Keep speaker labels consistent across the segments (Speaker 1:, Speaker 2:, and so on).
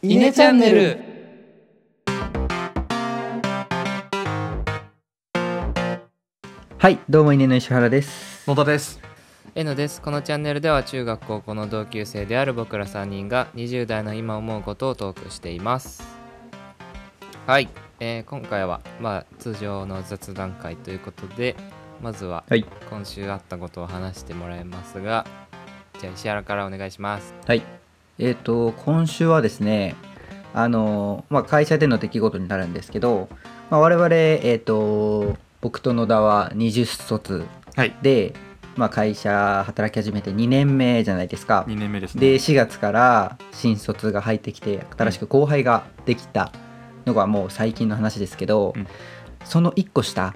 Speaker 1: イネチャンネル
Speaker 2: はい、どうも、稲の石原です。
Speaker 3: 野田です。
Speaker 1: えのですこのチャンネルでは中学高校の同級生である僕ら3人が20代の今思うことをトークしていますはい、えー今回はまあ通常の雑談会ということでまずは
Speaker 2: はい、
Speaker 1: 今週あったことを話してもらいますがじゃあ石原からお願いします
Speaker 2: はい、えっ、と、今週はですね、あの、まあ、会社での出来事になるんですけど。まあ、我々、えっ、と、僕と野田は20卒
Speaker 3: はい。
Speaker 2: で、まあ、会社働き始めて2年目じゃないですか。
Speaker 3: 二年目です
Speaker 2: で
Speaker 3: ね。
Speaker 2: 4月から新卒が入ってきて新しく後輩ができたのがもう最近の話ですけど、
Speaker 3: うん
Speaker 2: その1個下、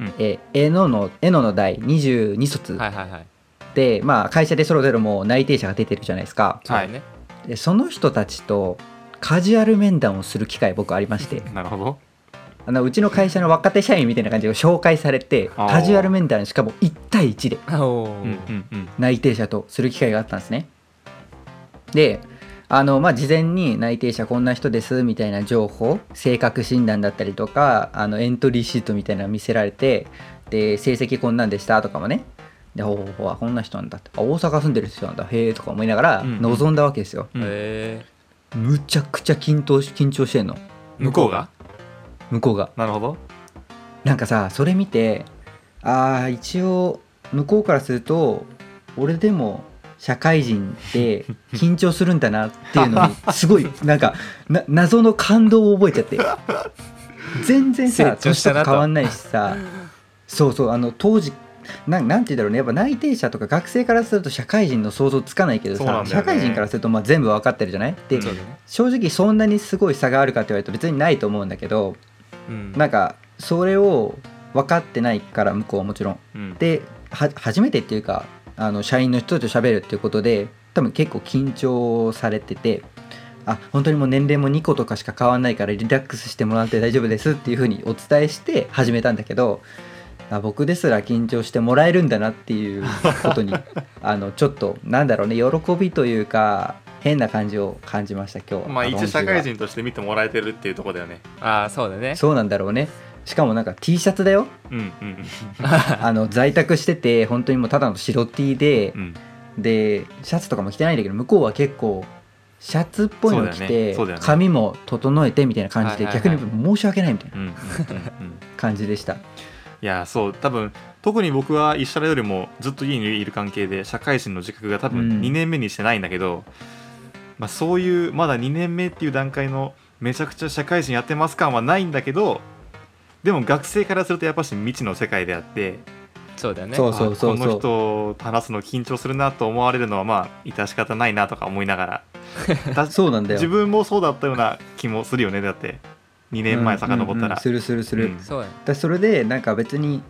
Speaker 3: うん
Speaker 2: ええののえのの第22卒
Speaker 1: はいはいはい
Speaker 2: で、まあ、会社でそろそろもう内定者が出てるじゃないですか
Speaker 1: そうだね、
Speaker 2: でその人たちとカジュアル面談をする機会僕ありまして
Speaker 3: なるほど。
Speaker 2: あのうちの会社の若手社員みたいな感じで紹介されて
Speaker 3: あー
Speaker 2: カジュアル面談しかも1対1で
Speaker 1: おー
Speaker 3: うんうんうん。
Speaker 2: 内定者とする機会があったんですね。であのまあ、事前に内定者こんな人ですみたいな情報性格診断だったりとかあのエントリーシートみたいなの見せられてで成績こんなんでしたとかもねでほうほうほうあこんな人なんだってあ大阪住んでる人なんだへえとか思いながら
Speaker 3: うんうん
Speaker 2: 望んだわけですよ、
Speaker 3: うん
Speaker 1: え
Speaker 2: むちゃくちゃ緊張し緊張してんの
Speaker 1: ー
Speaker 3: 向こうが。
Speaker 2: 向こうが
Speaker 3: なるほど。
Speaker 2: なんかさそれ見てあー一応向こうからすると俺でも社会人 で緊張するんだなっていうのにすごいなんかな謎の感動を覚えちゃって全然さ
Speaker 1: 成長
Speaker 2: 年
Speaker 1: し
Speaker 2: と
Speaker 1: たな
Speaker 2: か
Speaker 1: と
Speaker 2: 変わんないしさそうそうあの当時なんなんて言うんだろうねやっぱ内定者とか学生からすると社会人の想像つかないけど
Speaker 3: そうな
Speaker 2: さ、
Speaker 3: んだよ
Speaker 2: 社
Speaker 3: ね
Speaker 2: 会人からするとまあ全部分かってるじゃないで、
Speaker 3: うん
Speaker 1: そうだね
Speaker 2: 正直そんなにすごい差があるかって言われると別にないと思うんだけど、
Speaker 1: うん
Speaker 2: なんかそれを分かってないから向こうはもちろん
Speaker 3: うん。
Speaker 2: では初めてっていうかあの社員の人と喋るっていうことで多分結構緊張されててあ本当にもう年齢も2個とかしか変わんないからリラックスしてもらって大丈夫ですっていうふうにお伝えして始めたんだけどあ僕ですら緊張してもらえるんだなっていうこと にあのちょっとなんだろうね喜びというか変な感じを感じました今日は
Speaker 3: まあ一
Speaker 2: 今週は
Speaker 3: 社会人として見てもらえてるっていうところだよね。
Speaker 1: ああそうだね
Speaker 2: そうなんだろうねしかもなんか T シャツだよ
Speaker 3: うんうん
Speaker 2: あの在宅してて本当にもうただの白 T で
Speaker 3: う、ん。
Speaker 2: でシャツとかも着てないんだけど向こうは結構シャツっぽいの着
Speaker 3: そうだよ
Speaker 2: て、
Speaker 3: ねそうだよね
Speaker 2: 髪も整えてみたいな感じで、
Speaker 1: はいはいはい
Speaker 2: 逆に申し訳ないみたいな
Speaker 3: うんうんうんうん。
Speaker 2: 感じでした
Speaker 3: いやそう多分特に僕は石原よりもずっと家にいる関係で社会人の自覚が多
Speaker 2: うん
Speaker 3: 分2年目にしてないんだけど、まあ、そういうまだ2年目っていう段階のめちゃくちゃ社会人やってます感はないんだけどでも学生からするとやっぱし未知の世界であって
Speaker 1: そうだね
Speaker 2: そうそうそう
Speaker 3: あこの
Speaker 2: そう
Speaker 3: 人と話すの緊張するなと思われるのはまあ致し方ないなとか思いな がらだ
Speaker 2: そうなんだよ
Speaker 3: 自分もそうだったような気もするよねだって2年前遡った
Speaker 2: うんうんうん
Speaker 3: ら
Speaker 2: するするする、
Speaker 3: うん
Speaker 1: そうだね
Speaker 2: だそれでなんか別に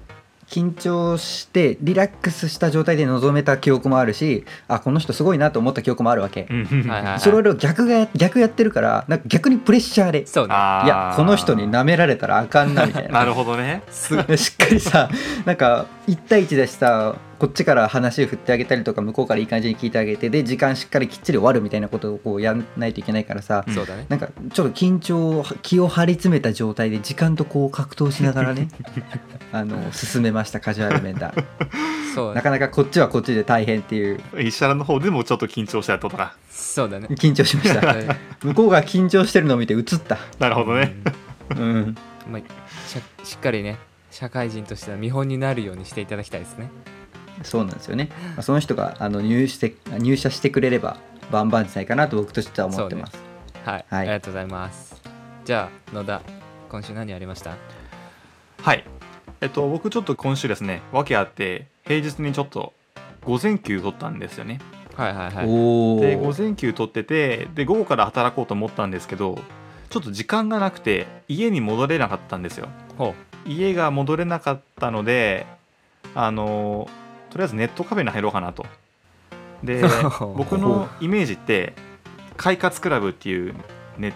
Speaker 2: 緊張してリラックスした状態で臨めた記憶もあるしあこの人すごいなと思った記憶もあるわけ、
Speaker 3: うんうん
Speaker 1: はいはいはい
Speaker 2: それを逆が逆やってるからなんか逆にプレッシャーで
Speaker 1: そう ね
Speaker 3: あー
Speaker 2: いやこの人に舐められたらあかんなみたいな
Speaker 3: なるほどね
Speaker 1: す
Speaker 2: しっかりさなんか1対1だしさこっちから話を振ってあげたりとか向こうからいい感じに聞いてあげてで時間しっかりきっちり終わるみたいなことをこうやんないといけないからさ、
Speaker 1: そうだね
Speaker 2: なんかちょっと緊張を気を張り詰めた状態で時間とこう格闘しながらねあの進めましたカジュアル面談
Speaker 1: そ
Speaker 2: な
Speaker 1: うだね
Speaker 2: かなかこっちはこっちで大変っていう
Speaker 3: 石原の方でもちょっと緊張したってことか
Speaker 1: そうだね
Speaker 2: 緊張しまし た向こうが緊張してるのを見て映った
Speaker 3: なるほどね、
Speaker 2: うん
Speaker 1: うんまあ、しゃしっかりね社会人としては見本になるようにしていただきたいですね
Speaker 2: そうなんですよね、まあ、その人があの入して入社してくれれば万々歳かなと僕としては思ってます、
Speaker 1: はい、
Speaker 2: はい
Speaker 1: ありがとうございますじゃあ野田今週何ありました
Speaker 3: はいえっと僕ちょっと今週ですね訳あって平日にちょっと午前休取ったんですよね
Speaker 1: はいはいはい
Speaker 2: おお
Speaker 3: で午前休取っててで午後から働こうと思ったんですけどちょっと時間がなくて家に戻れなかったんですよ
Speaker 1: ほ
Speaker 3: 家が戻れなかったのであのとりあえずネットカフェに入ろうかなとで 僕のイメージって快活クラブっていうネ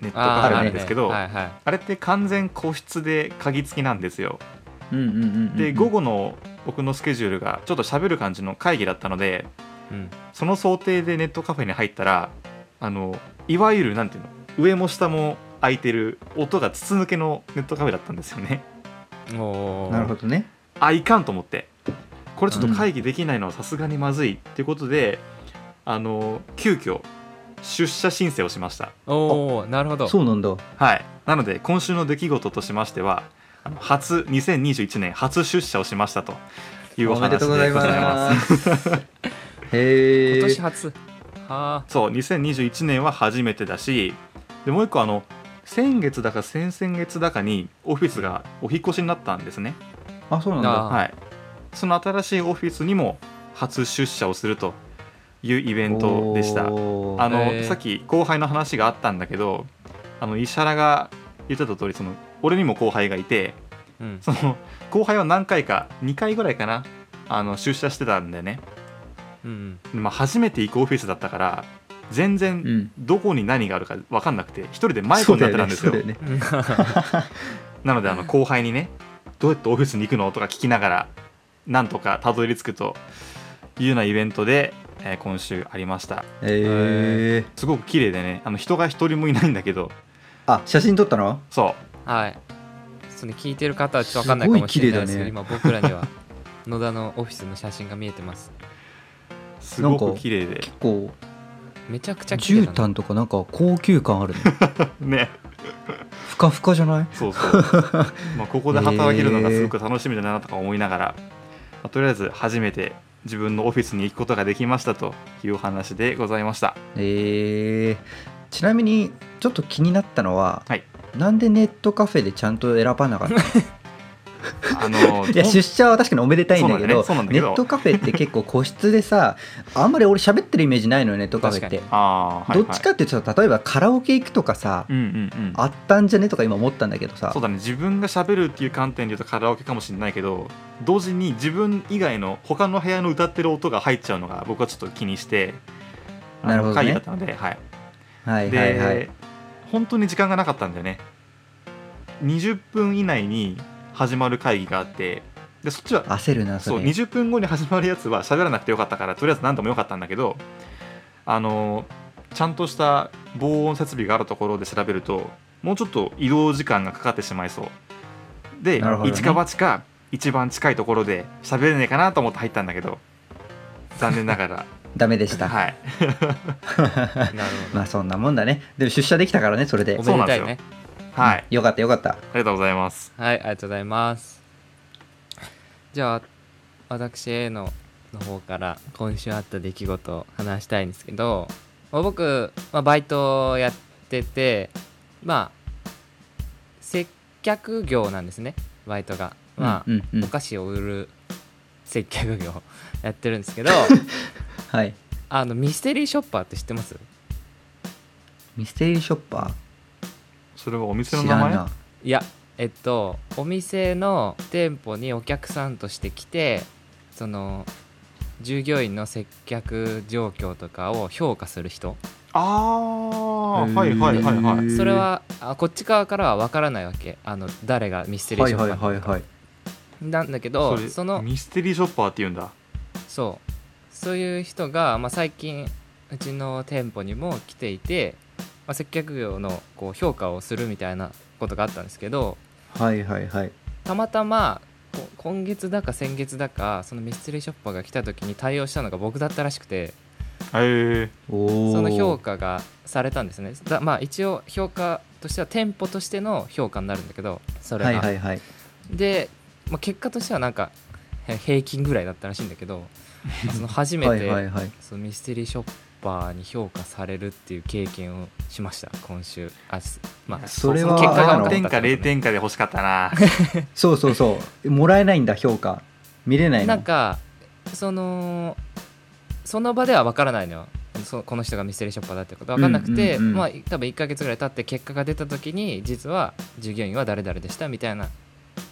Speaker 3: ネット
Speaker 1: う
Speaker 3: カフェ
Speaker 2: あ
Speaker 3: な
Speaker 2: るね
Speaker 3: んですけど
Speaker 1: はいはい
Speaker 3: あれって完全個室で鍵付きなんですよ
Speaker 2: うんうんうんうん
Speaker 3: で午後の僕のスケジュールがちょっと喋る感じの会議だったので
Speaker 1: うん
Speaker 3: その想定でネットカフェに入ったらあのいわゆるなんていうの上も下も開いてる音が筒抜けのネットカフェだったんですよね
Speaker 1: おー
Speaker 2: なるほどね
Speaker 3: あいかんと思ってこれちょっと会議できないのはさすがにまずいっていうことで、あの急遽出社申請をしました
Speaker 1: おおなるほど
Speaker 2: そうなんだ
Speaker 3: はいなので今週の出来事としましてはあの初2021年初出社をしましたという
Speaker 2: お
Speaker 3: お
Speaker 2: め
Speaker 3: 話で
Speaker 2: でとうござい
Speaker 3: ございます
Speaker 2: ますへえ
Speaker 1: 今年初はあ
Speaker 3: そう2021年は初めてだしでもう一個あの先月だか先々月だかにオフィスがお引っ越しになったんですね
Speaker 2: あそうなんだ
Speaker 1: あ
Speaker 3: はいその新しいオフィスにも初出社をするというイベントでした
Speaker 2: おー
Speaker 3: あの、
Speaker 1: へー
Speaker 3: さっき後輩の話があったんだけどあの石原が言ってた通りその俺にも後輩がいて
Speaker 1: うん
Speaker 3: その後輩は何回か2回ぐらいかなあの出社してたんだよね、
Speaker 1: うん
Speaker 3: まあ、初めて行くオフィスだったから全然
Speaker 2: うん
Speaker 3: どこに何があるか分かんなくて一人で迷子になってたんですよ
Speaker 2: そうだね
Speaker 1: うん
Speaker 3: なのであの後輩にねどうやってオフィスに行くのとか聞きながらなんとかたどり着くというようなイベントで、えー今週ありました
Speaker 2: そうだよねへえ
Speaker 3: すごく綺麗でねあの人が一人もいないんだけど
Speaker 2: あ写真撮ったの
Speaker 3: そ
Speaker 1: はいそれ聞いてる方はちょっと分かんないかもしれないですけど
Speaker 2: すごい綺麗
Speaker 1: 今僕らには野田のオフィスの写真が見えてます
Speaker 3: うすご
Speaker 2: なん
Speaker 3: く
Speaker 2: か
Speaker 3: 綺麗で
Speaker 2: 結構
Speaker 1: めちゃくちゃ綺麗
Speaker 2: 絨
Speaker 1: だな
Speaker 2: 毯とかなんか高級感あ るね
Speaker 3: ね
Speaker 2: ふかふかじゃない
Speaker 3: そうそう まあここで働けるのがすごく楽しみだなとか思いながら、まあとりあえず初めて自分のオフィスに行くことができましたというお話でございました
Speaker 2: えーちなみにちょっと気になったのは、
Speaker 3: はい
Speaker 2: なんでネットカフェでちゃんと選ばなかったい
Speaker 3: あの
Speaker 2: や出社は確かにおめでたいんだけど
Speaker 3: そうなんだ
Speaker 2: ネ
Speaker 3: ねそうな
Speaker 2: ッ
Speaker 3: んだけど
Speaker 2: トカフェって結構個室でさあんまり俺喋ってるイメージないのよネットカフェって、
Speaker 3: あーはいはい
Speaker 2: どっちかっていうと例えばカラオケ行くとかさ、
Speaker 3: うんうんうん
Speaker 2: あったんじゃねとか今思ったんだけどさ
Speaker 3: そうだね自分が喋るっていう観点で言うとカラオケかもしれないけど同時に自分以外の他の部屋の歌ってる音が入っちゃうのが僕はちょっと気にしてあの
Speaker 2: なるほどね
Speaker 3: 会議だったので、はい
Speaker 2: はい
Speaker 3: で、
Speaker 2: はいはい
Speaker 3: 本当に時間がなかったんだよね20分以内に始まる会議があってでそっちは
Speaker 2: 焦るなそ
Speaker 3: そ
Speaker 2: れ
Speaker 3: う20分後に始まるやつは喋らなくてよかったからとりあえず何度もよかったんだけどあのちゃんとした防音設備があるところで調べるともうちょっと移動時間がかかってしまいそうで、
Speaker 2: なるほどね
Speaker 3: 一か八か一番近いところで喋れねえかなと思って入ったんだけど残念 なが
Speaker 2: ダメでし
Speaker 3: ら
Speaker 2: た、
Speaker 3: はい
Speaker 1: なるほ
Speaker 2: まあそんなもんだねでも出社できたからねそれで
Speaker 1: どお
Speaker 3: そう
Speaker 1: め
Speaker 3: な
Speaker 1: で
Speaker 3: んで
Speaker 1: た
Speaker 3: す
Speaker 1: い
Speaker 3: よ
Speaker 1: ね
Speaker 3: はい、
Speaker 2: よかったよかった
Speaker 3: ありがとうございます
Speaker 1: はい、ありがとうございます。じゃあ、私 A のの方から今週あった出来事を話したいんですけど、まあ僕、まあ、バイトをやってて、まあ、接客業なんですね、バイトが。まあ、
Speaker 2: うんうんう
Speaker 1: お
Speaker 2: ん
Speaker 1: 菓子を売る接客業をやってるんですけど、
Speaker 2: はい
Speaker 1: あの、ミステリーショッパーって知ってます
Speaker 2: ミステリーショッパ
Speaker 3: それはお店
Speaker 2: ー知
Speaker 3: の名
Speaker 2: らん
Speaker 3: 前
Speaker 2: ない
Speaker 1: やえっとお店の店舗にお客さんとして来てその従業員の接客状況とかを評価する人
Speaker 3: ああ
Speaker 2: へ
Speaker 3: ー
Speaker 2: ー
Speaker 3: はいはいはいは
Speaker 2: へ
Speaker 3: い
Speaker 2: ー
Speaker 1: それはあこっち側からは分からないわけあの誰がミステリー
Speaker 2: は
Speaker 1: シ
Speaker 2: い
Speaker 1: ョッパ
Speaker 2: は
Speaker 1: ー
Speaker 2: い
Speaker 1: なのか
Speaker 2: はいはい
Speaker 1: なんだけど
Speaker 3: それ
Speaker 1: その
Speaker 3: ミステリーショッパーって言うんだ
Speaker 1: そうそういう人が、まあ、最近うちの店舗にも来ていて、まあ、接客業のこう評価をするみたいなことがあったんですけど、
Speaker 2: はいはいはい
Speaker 1: たまたまこ今月だか先月だかそのミステリーショッパーが来た時に対応したのが僕だったらしくて
Speaker 3: へえ
Speaker 2: おお
Speaker 1: その評価がされたんですねだまあ一応評価としては店舗としての評価になるんだけどそれが、
Speaker 2: はいはいはい
Speaker 1: で、まあ、結果としてはなんかへ平均ぐらいだったらしいんだ けどその初め
Speaker 2: はいはい
Speaker 1: て
Speaker 2: はい
Speaker 1: そのミステリーショッパーに評価されるっていう経験をしました今週あ、すまあ、
Speaker 2: それは
Speaker 3: 結果
Speaker 2: あ
Speaker 3: が
Speaker 2: の
Speaker 3: 0点か0点かで欲しかったな
Speaker 2: そうそうそうもらえないんだ評価見れないの
Speaker 1: なんかそのその場では分からないのよそこの人がミステリーショッパーだってことは分かんなくて、
Speaker 2: うんうんうん
Speaker 1: まあ多分1ヶ月ぐらい経って結果が出た時に実は従業員は誰々でしたみたいな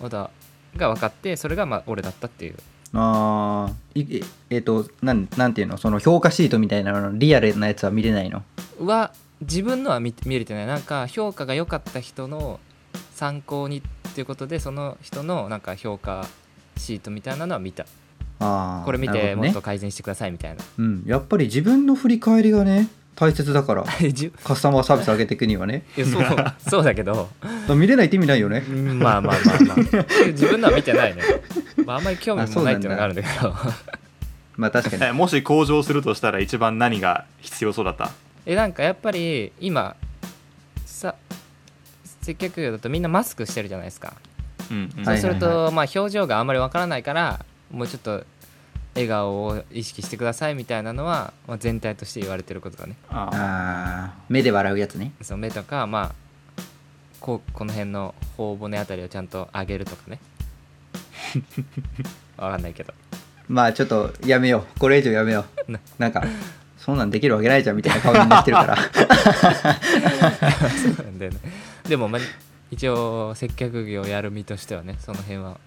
Speaker 1: ことが分かってそれがまあ俺だったっていう
Speaker 2: あーいええっ、となんなんていうのその評価シートみたいなのリアルなやつは見れないの
Speaker 1: は自分のは見見れてないなんか評価が良かった人の参考にっていうことでその人のなんか評価シートみたいなのは見た
Speaker 2: あー
Speaker 1: これ見
Speaker 2: な
Speaker 1: て
Speaker 2: るほ
Speaker 1: も
Speaker 2: ど
Speaker 1: っ
Speaker 2: ね
Speaker 1: と改善してくださいみたいな
Speaker 2: うん、やっぱり自分の振り返りがね大切だから
Speaker 1: じゅ
Speaker 2: カスタマーサービス上げていくにはね
Speaker 1: いやそう そうだけど
Speaker 2: 見れないって意味ないよね
Speaker 1: うんまあまあまあ まあ自分のは見てないね、まあ、あんまり興味もないっていうのがあるんだけど
Speaker 2: まあ確かに
Speaker 3: え もし向上するとしたら一番何が必要そうだった
Speaker 1: えなんかやっぱり今さ接客業だとみんなマスクしてるじゃないですか
Speaker 3: うんうん
Speaker 1: そ
Speaker 2: は
Speaker 1: う
Speaker 2: い
Speaker 1: すると、まあ、表情があんまりわからないからもうちょっと笑顔を意識してくださいみたいなのは、まあ、全体として言われてることだね
Speaker 3: あ
Speaker 2: あー目で笑うやつね
Speaker 1: その目とか、まあ、こうこの辺の頬骨あたりをちゃんと上げる とかねわかんないけど
Speaker 2: まあちょっとやめようこれ以上やめよう
Speaker 1: な
Speaker 2: なんかそんなんできるわけないじゃんみたいな顔になってる から
Speaker 1: そうなんだよねでも、まあ、一応接客業やる身としてはねその辺は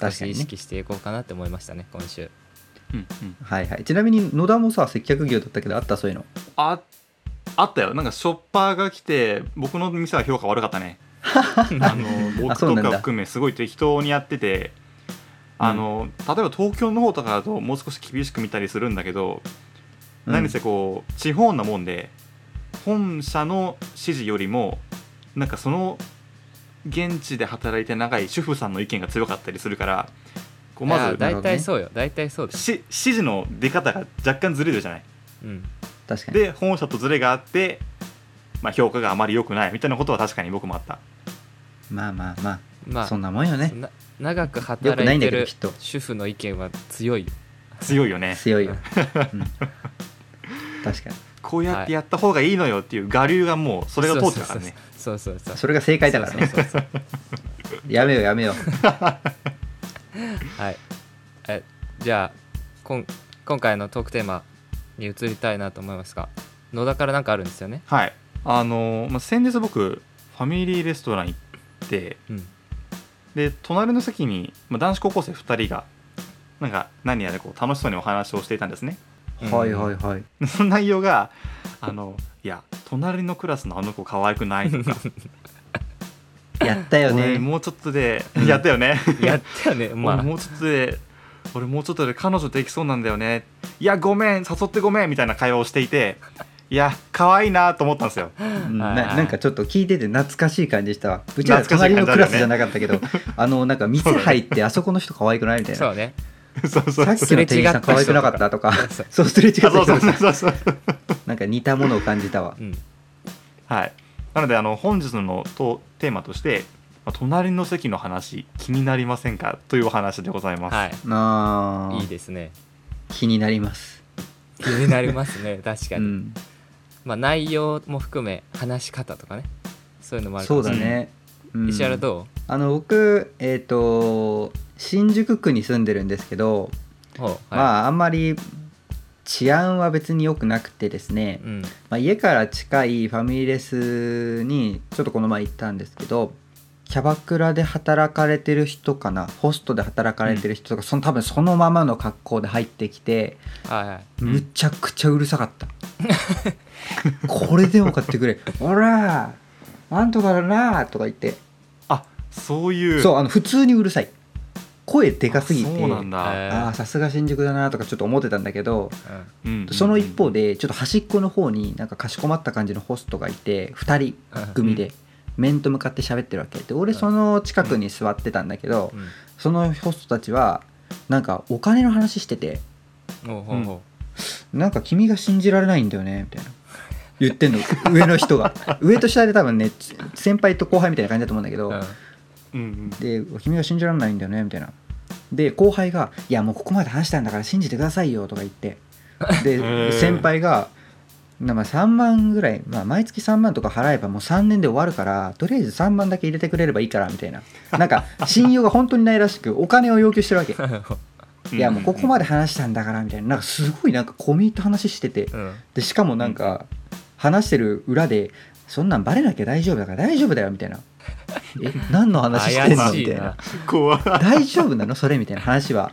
Speaker 2: 確か
Speaker 1: し
Speaker 2: に
Speaker 1: 意
Speaker 2: ね
Speaker 1: 識していこうかなって思いましたね今週
Speaker 3: うんうん
Speaker 2: はいはいちなみに野田もさ接客業だったけどあったそういうの
Speaker 3: ああったよなんかショッパーが来て僕の店は評価悪かった ねあの
Speaker 2: あ
Speaker 3: 僕
Speaker 2: そう
Speaker 3: と
Speaker 2: なんだ
Speaker 3: か含めすごい適当にやっててあの、例えば東京の方とかだともう少し厳しく見たりするんだけど、
Speaker 2: うん
Speaker 3: 何せこう地方なもんで本社の指示よりもなんかその現地で働いて長い主婦さんの意見が強かったりするからこうま
Speaker 1: い
Speaker 3: ず
Speaker 1: や
Speaker 2: だい
Speaker 1: 大体そうよ大体そうです、
Speaker 3: し指示の出方が若干ずれるじゃない。
Speaker 1: うん、
Speaker 2: 確かに
Speaker 3: で本社とズレがあって、まあ、評価があまり良くないみたいなことは確かに僕もあった
Speaker 2: まあまあま
Speaker 1: ま
Speaker 2: あ
Speaker 1: あ
Speaker 2: そんなもんよね
Speaker 1: な長く
Speaker 2: よく
Speaker 1: 働
Speaker 2: ない
Speaker 1: い
Speaker 2: んだ
Speaker 1: て
Speaker 2: けど
Speaker 1: る
Speaker 2: きっと
Speaker 1: 主婦の意見は強いよ
Speaker 3: 強いよね
Speaker 2: 強いよ、うん、確かに
Speaker 3: こうやってやった方がいいのよっていう我流がもうそれが通ってたからね
Speaker 1: そうそうそうそう
Speaker 2: それが正解だからね
Speaker 1: そうそうそう
Speaker 2: やめようやめよ
Speaker 1: はいえじゃあこん今回のトークテーマに移りたいなと思いますが野田からなんかあるんですよね
Speaker 3: はいあのー、まあ、先日僕ファミリーレストラン行って
Speaker 1: うん
Speaker 3: で隣の席に、まあ、男子高校生2人がなんか何やらこう楽しそうにお話をしていたんですね
Speaker 2: うはいはいはい
Speaker 3: その内容があのいや隣のクラスのあの子可愛くないとか
Speaker 2: やったよ
Speaker 3: 俺
Speaker 2: ね
Speaker 3: もうちょっとでやったよね
Speaker 1: やったよねま
Speaker 3: 俺
Speaker 1: あ
Speaker 3: もうちょっとで俺もうちょっとで彼女できそうなんだよねいやごめん誘ってごめんみたいな会話をしていていや可愛いなと思ったんですよ
Speaker 2: うん
Speaker 1: は
Speaker 2: ない
Speaker 1: はい
Speaker 2: なんかちょっと聞いてて懐かしい感じしたわうちら
Speaker 3: 懐かし
Speaker 2: 隣
Speaker 3: い感
Speaker 2: の
Speaker 3: じあ
Speaker 2: ク
Speaker 3: るよね
Speaker 2: ラスじゃなかったけどあのなんか店入ってあそこの人可愛くないみたい
Speaker 1: そ
Speaker 2: な
Speaker 1: うね
Speaker 3: そうそう
Speaker 2: さっきの店員さん可愛くなかったとか
Speaker 1: そう
Speaker 2: そうすれ違った
Speaker 3: あそうそう
Speaker 2: 人
Speaker 3: そうそうそう
Speaker 2: なんか似たものを感じたわ
Speaker 1: うん
Speaker 3: はいなのであの本日のとテーマとしてまあ隣の席の話気になりませんかというお話でございます、
Speaker 1: はい
Speaker 2: あー
Speaker 1: いいですね
Speaker 2: 気になります
Speaker 1: 気になりま すね確か
Speaker 2: う
Speaker 1: に、
Speaker 2: ん
Speaker 1: まあ内容も含め話し方とかねそういうのもあるか
Speaker 2: そ
Speaker 1: も
Speaker 2: うだねうん
Speaker 1: 石原ど
Speaker 2: あの僕えっと新宿区に住んでるんですけど
Speaker 1: うほうは
Speaker 2: まああんまり治安は別に良くなくてですね
Speaker 1: い、うん
Speaker 2: まあ、家から近いファミレスにちょっとこの前行ったんですけどキャバクラで働かれてる人かなホストで働かれてる人とか、その多分そのままの格好で入ってきて
Speaker 1: はいはい
Speaker 3: うん
Speaker 2: むちゃくちゃうるさかった、 これでも買ってくれ「おらーなんとかだな」とか言って
Speaker 3: あそういう
Speaker 2: そうあの普通にうるさい声でかすぎて
Speaker 3: そうなんだ、
Speaker 1: え
Speaker 2: ああさすが新宿だなとかちょっと思ってたんだけど
Speaker 1: うん
Speaker 3: うんうんうん
Speaker 2: その一方でちょっと端っこの方になんかかしこまった感じのホストがいて2人組で面と向かって喋ってるわけで俺その近くに座ってたんだけど
Speaker 1: うん
Speaker 2: そのホストたちはなんかお金の話してて
Speaker 1: ほうほうほ
Speaker 2: なんか君が信じられないんだよねみたいな言ってんの上の人が上と下で多分ねち先輩と後輩みたいな感じだと思うんだけ
Speaker 1: う
Speaker 2: ど、
Speaker 1: うん
Speaker 3: うんうん
Speaker 2: で君が信じられないんだよねみたいなで後輩が「いやもうここまで話したんだから信じてくださいよ」とか言って
Speaker 3: へ
Speaker 2: で
Speaker 3: ー
Speaker 2: 先輩が「なまあ3万ぐらい、まあ、毎月3万とか払えばもう3年で終わるからとりあえず3万だけ入れてくれればいいから」みたいななんか信用が本当にないらしくお金を要求してるわけ「いやもうここまで話したんだから」みたいななんかすごいなんか込み入った話してて
Speaker 1: うん
Speaker 2: でしかもなんか話してる裏で「そんなんバレなきゃ大丈夫だから大丈夫だよ」みたいな「え何の話してんの?」
Speaker 1: 怪し
Speaker 2: み
Speaker 1: い
Speaker 2: たいな
Speaker 1: な。
Speaker 3: 怖い
Speaker 2: 大丈夫なのそれみたいな話は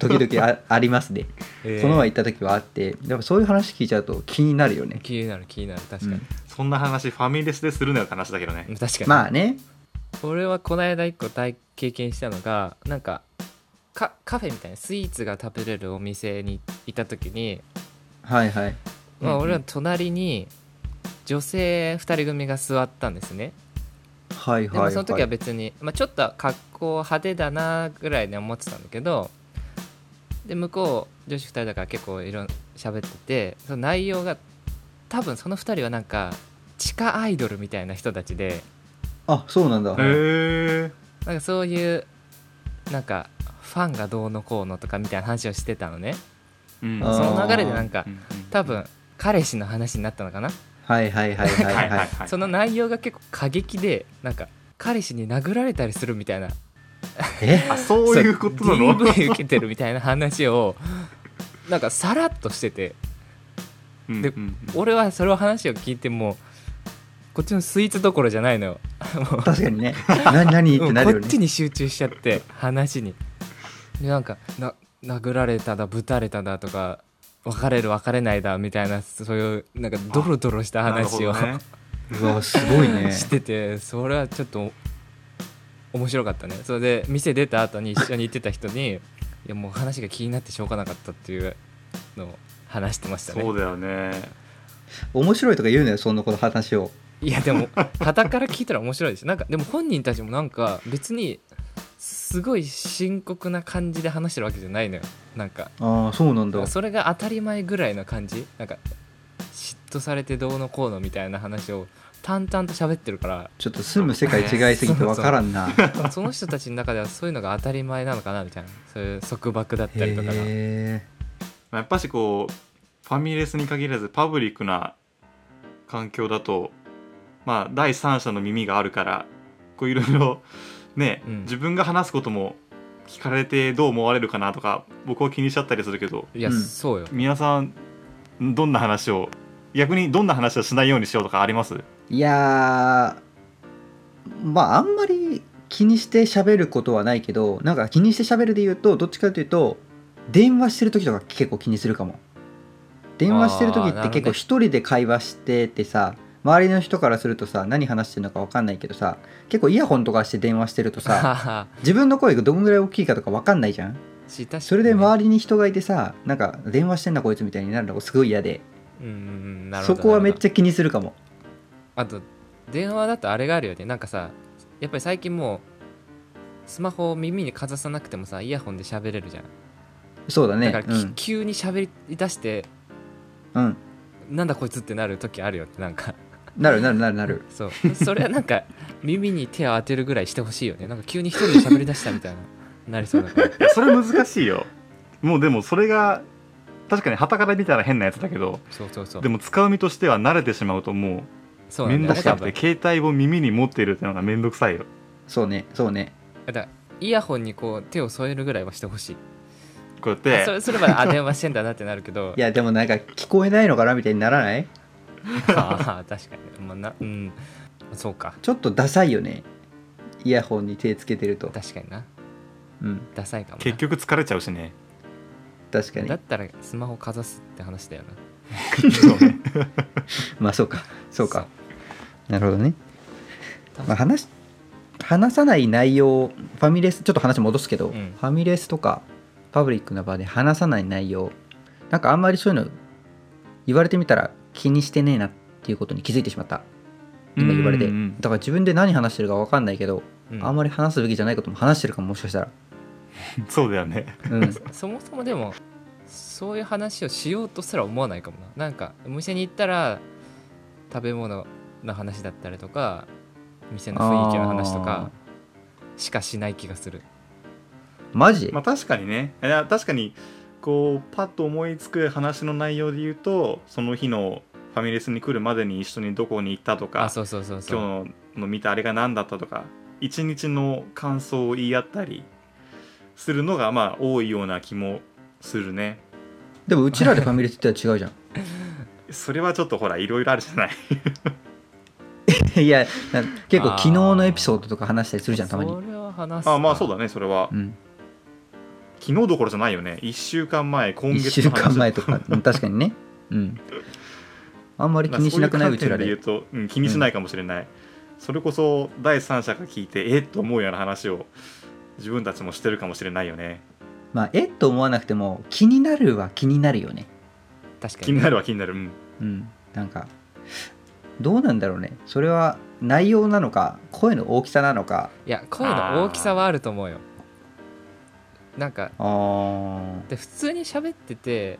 Speaker 2: 時々 あありますね、
Speaker 1: えー
Speaker 2: この前行った時はあってやっぱそういう話聞いちゃうと気になるよね、
Speaker 1: 気になる気になる確か
Speaker 2: う
Speaker 1: に、
Speaker 2: ん
Speaker 3: そんな話ファミレスでするのよって話だけどね
Speaker 1: 確かに、
Speaker 2: まあね
Speaker 1: 俺はこの間一個体経験したのがなんかかカフェみたいなスイーツが食べれるお店に行った時に
Speaker 2: はいはい
Speaker 1: まあ、
Speaker 3: うんうん
Speaker 1: 俺らの隣に女性2人組が座ったんですね
Speaker 2: はい
Speaker 1: で
Speaker 2: はい、は
Speaker 1: も
Speaker 2: い、
Speaker 1: その時は別に、まあ、ちょっと格好派手だなぐらいで思ってたんだけどで向こう女子2人だから結構いろいろ喋っててその内容が多分その2人はなんか地下アイドルみたいな人たちで
Speaker 2: あそうなんだ、
Speaker 3: へえ
Speaker 1: なんかそういうなんかファンがどうのこうのとかみたいな話をしてたのね
Speaker 3: うん
Speaker 1: そ
Speaker 2: あー
Speaker 1: の流れでなんか
Speaker 3: うんうん
Speaker 1: 多分彼氏の話になったのかな
Speaker 2: はいはいはいはい
Speaker 3: はい
Speaker 2: は
Speaker 3: はいいはい
Speaker 1: その内容が結構過激でなんか彼氏に殴られたりするみたいな
Speaker 2: え
Speaker 3: あそういうことなの
Speaker 1: DV 受けてるみたいな話を なんかさらっとしてて
Speaker 3: うん
Speaker 1: で
Speaker 3: うんうん
Speaker 1: 俺はそれを話を聞いてもこっちのスイーツどころじゃないのよ
Speaker 2: 確かにねな何って
Speaker 1: うん
Speaker 2: な
Speaker 1: こ
Speaker 2: るよ
Speaker 1: っ
Speaker 2: ね
Speaker 1: ちに集中しちゃって話にでなんかな殴られただぶたれただとか別れる別れないだみたいなそういうなんかドロドロした話を、
Speaker 3: なるほどね
Speaker 2: うわすごいね
Speaker 1: しててそれはちょっと面白かったねそれで店出た後に一緒に行ってた人にいやもう話が気になってしょうがなかったっていうのを話してました
Speaker 3: そ
Speaker 1: ね
Speaker 3: うだよね
Speaker 2: 面白いとか言うのよそんなこと話を
Speaker 1: いやでも傍から聞いたら面白いですなんかでも本人たちもなんか別にすごい深刻な感じで話してるわけじゃないのよなんか
Speaker 2: ああそうなんだ
Speaker 1: それが当たり前ぐらいな感じなんか嫉妬されてどうのこうのみたいな話を淡々と喋ってるから
Speaker 2: ちょっと住む世界違いすぎてわからんな
Speaker 1: その人たちの中ではそういうのが当たり前なのかなみたいなそういう束縛だったりとかが
Speaker 2: へ
Speaker 3: まあやっぱしこうファミレスに限らずパブリックな環境だとまあ第三者の耳があるからこういろいろね、
Speaker 1: うん
Speaker 3: 自分が話すことも聞かれてどう思われるかなとか僕は気にしちゃったりするけど
Speaker 1: いや、
Speaker 2: うん
Speaker 1: そうよ
Speaker 3: 皆さんどんな話を逆にどんな話をしないようにしようとかあります
Speaker 2: えいやーまああんまり気にして喋ることはないけどなんか気にして喋るで言うとどっちかというと電話してる時とか結構気にするかも電話してる時
Speaker 1: あ
Speaker 2: っ
Speaker 1: ーなる
Speaker 2: て
Speaker 1: ほどね
Speaker 2: 結構一人で会話しててさ周りの人からするとさ何話してるのか分かんないけどさ結構イヤホンとかして電話してると さ自分の声がどんぐらい大きいかとか分かんないじゃんそれで
Speaker 1: ま
Speaker 2: 周りに人がいてさなんか電話してんなこいつみたいになるのがすごい嫌で
Speaker 1: うんうんうんなるほ
Speaker 2: そ
Speaker 1: ど
Speaker 2: こはめっち
Speaker 1: ゃ
Speaker 2: ゃ気にするかも
Speaker 1: あと電話だとあれがあるよねなんかさやっぱり最近もうスマホを耳にかざさなくてもさイヤホンで喋れるじゃん、
Speaker 2: そうだね
Speaker 1: だから、き急に喋り出して
Speaker 2: うん、うん、
Speaker 1: なんだこいつってなる時あるよってなんか
Speaker 2: なるなるなるなる
Speaker 1: そうそれはなんか 耳に手を当てるぐらいしてほしいよねなんか急に一人で喋り出したみたいななりそうだ から
Speaker 3: いやそれ難しいよもうでもそれが確かにはたから見たら変なやつだけど
Speaker 1: そうそうそう
Speaker 3: でも使う身としては慣れてしまうとも
Speaker 1: そううな
Speaker 3: 面
Speaker 1: んだよ
Speaker 3: 倒くさ
Speaker 1: ね多
Speaker 3: く
Speaker 1: 分
Speaker 3: て携帯を耳に持っているっていうのが面倒くさいよ
Speaker 2: そうねそうね
Speaker 1: だからイヤホンにこう手を添えるぐらいはしてほしい
Speaker 3: こうやっ
Speaker 1: それ
Speaker 3: て
Speaker 1: すればあ電話してんだなってなるけど
Speaker 2: いやでもなんか聞こえないのかなみたいにならない
Speaker 1: ああ確かに、まあ、なうんそうか
Speaker 2: ちょっとダサいよねイヤホンに手つけてると
Speaker 1: 確かにな
Speaker 2: うん
Speaker 1: ダサいかもな
Speaker 3: 結局疲れちゃうしね
Speaker 2: 確か
Speaker 1: だ
Speaker 2: に
Speaker 1: ったらスマホかざすって話だよな
Speaker 3: そうね
Speaker 2: まあそうかそうかなるほどね、まあ、話し話さない内容ファミレスちょっと話戻すけど、
Speaker 1: うん
Speaker 2: ファミレスとかパブリックな場で話さない内容なんかあんまりそういうの言われてみたら気にしてねえなっていうことに気づいてしまった今言われて
Speaker 3: うんうんうん
Speaker 2: だから自分で何話してるか分かんないけど、
Speaker 1: うん
Speaker 2: あんまり話すべきじゃないことも話してるかももしかしたら、
Speaker 3: そうだよね
Speaker 2: うん、
Speaker 1: そもそもでもそういう話をしようとすら思わないかもななんかお店に行ったら食べ物の話だったりとか店の雰囲気の話とかしかしない気がする
Speaker 2: マジ、
Speaker 3: まあ確かにねいや確かにこうパッと思いつく話の内容で言うとその日のファミレスに来るまでに一緒にどこに行ったと
Speaker 1: あ
Speaker 3: か
Speaker 1: そうそうそうそう
Speaker 3: 今日の見たあれが何だったとか一日の感想を言い合ったりするのがまあ多いような気もするね
Speaker 2: でもうちらでファミレスって言ったら違う
Speaker 3: それはちょっとほらいろいろあるじゃない
Speaker 2: じゃん いやな結構昨日のエピソードとか話したりするじゃんたまに
Speaker 1: それは話す
Speaker 3: あまあそう
Speaker 1: だ
Speaker 3: だねそれは
Speaker 2: うん、
Speaker 3: 昨日どころじゃないよね1週間前今
Speaker 2: 1
Speaker 3: 月
Speaker 2: 週
Speaker 3: の話
Speaker 2: 間前と かうん確かにねうんあんまり 気にしなくな
Speaker 3: ま
Speaker 2: いう
Speaker 3: あ
Speaker 2: ちら
Speaker 3: そうい
Speaker 2: で
Speaker 3: う観点言うと、うん、気にしないかもしれない、それこそ第三者が聞いてえっと思うような話を自分たちもしてるかもしれないよね
Speaker 2: まあえっと思わなくても気になるは気になるよね
Speaker 1: 確か
Speaker 3: 気
Speaker 1: に
Speaker 3: になるは気になる、うん、
Speaker 2: うんなんかどうなんだろうねそれは内容なのか声の大きさなのか
Speaker 1: いや声の大きさはあると思うよなんか
Speaker 2: あー
Speaker 1: で普通に喋ってて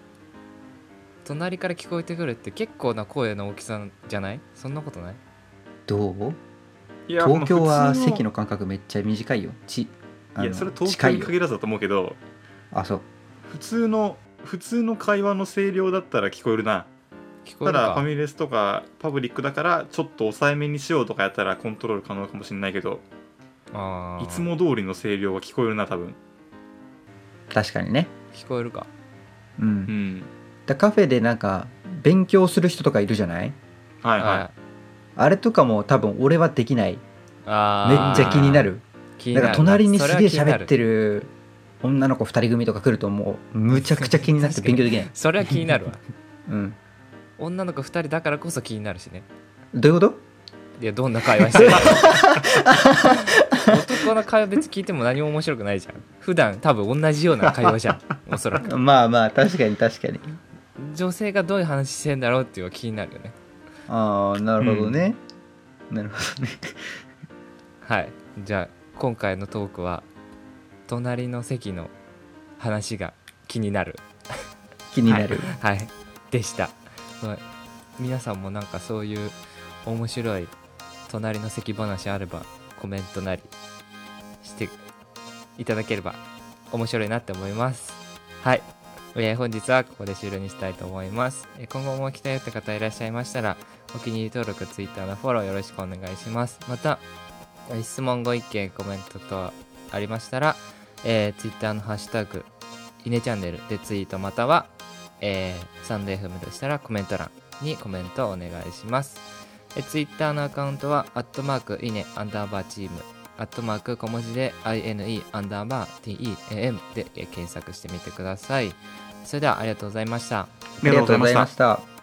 Speaker 1: 隣から聞こえてくるって結構な声の大きさじゃないそんなことない
Speaker 2: どう
Speaker 3: いや
Speaker 2: 東京は
Speaker 3: この普通の
Speaker 2: 席の間隔めっちゃ短いよちあの
Speaker 3: いやそれ東京
Speaker 2: 近
Speaker 3: に
Speaker 2: いよ
Speaker 3: 限らずだと思うけど
Speaker 2: あそう
Speaker 3: 普通の普通の会話の声量だったら聞こえるな
Speaker 1: 聞こ
Speaker 3: た
Speaker 1: える
Speaker 3: だファ
Speaker 1: か
Speaker 3: ミレスとかパブリックだからちょっと抑えめにしようとかやったらコントロール可能かもしれないけど
Speaker 1: あー
Speaker 3: いつも通りの声量は聞こえるな多分
Speaker 2: 確かにね
Speaker 1: 聞こえるか
Speaker 2: うん、
Speaker 3: うん
Speaker 2: だカフェでなんか勉強する人とかいるじゃない
Speaker 3: はいはい、
Speaker 1: あ
Speaker 2: あれとかも多分俺はできないめっ
Speaker 1: あー
Speaker 2: ちゃ気になる
Speaker 1: 気
Speaker 2: だから隣にすげえ喋って
Speaker 1: る
Speaker 2: る女の子2人組とか来るともうむちゃくちゃ気になって
Speaker 1: 確かに
Speaker 2: 勉強でき ない、
Speaker 1: それは気になるわ
Speaker 2: うん、
Speaker 1: 女の子2人だからこそ気になるしね
Speaker 2: どういうこと
Speaker 1: いやどんな会話 してるの男の会話別に聞いても何も面白くないじゃん普段多分同じような会 話じゃんおそらく
Speaker 2: まあまあ確かに確かに
Speaker 1: 女性がどういう話してんだろうっていうのは気になるよね
Speaker 2: ああなるほどね、なるほどね
Speaker 1: はいじゃあ今回のトークは隣の席の話が気になる
Speaker 2: 気になる、
Speaker 1: はいでした、まあ皆さんもなんかそういう面白い隣の席話あればコメントなりしていただければ面白いなって思いますはいえー本日はここで終了にしたいと思います。えー今後も来たよって方いらっしゃいましたら、お気に入り登録、Twitter のフォローよろしくお願いします。また、えー質問、ご意見、コメント等ありましたら、えー、Twitter のハッシュタグ、いねチャンネルでツイートまたは、えー、サンデーフムでしたらコメント欄にコメントをお願いします。えー、Twitter のアカウントは、アットマーク、いね、アンダーバーチーム、アットマーク、小文字で、ine、アンダーバー、team でえー検索してみてください。それではありがとうございました。
Speaker 3: ありがとうございました
Speaker 2: た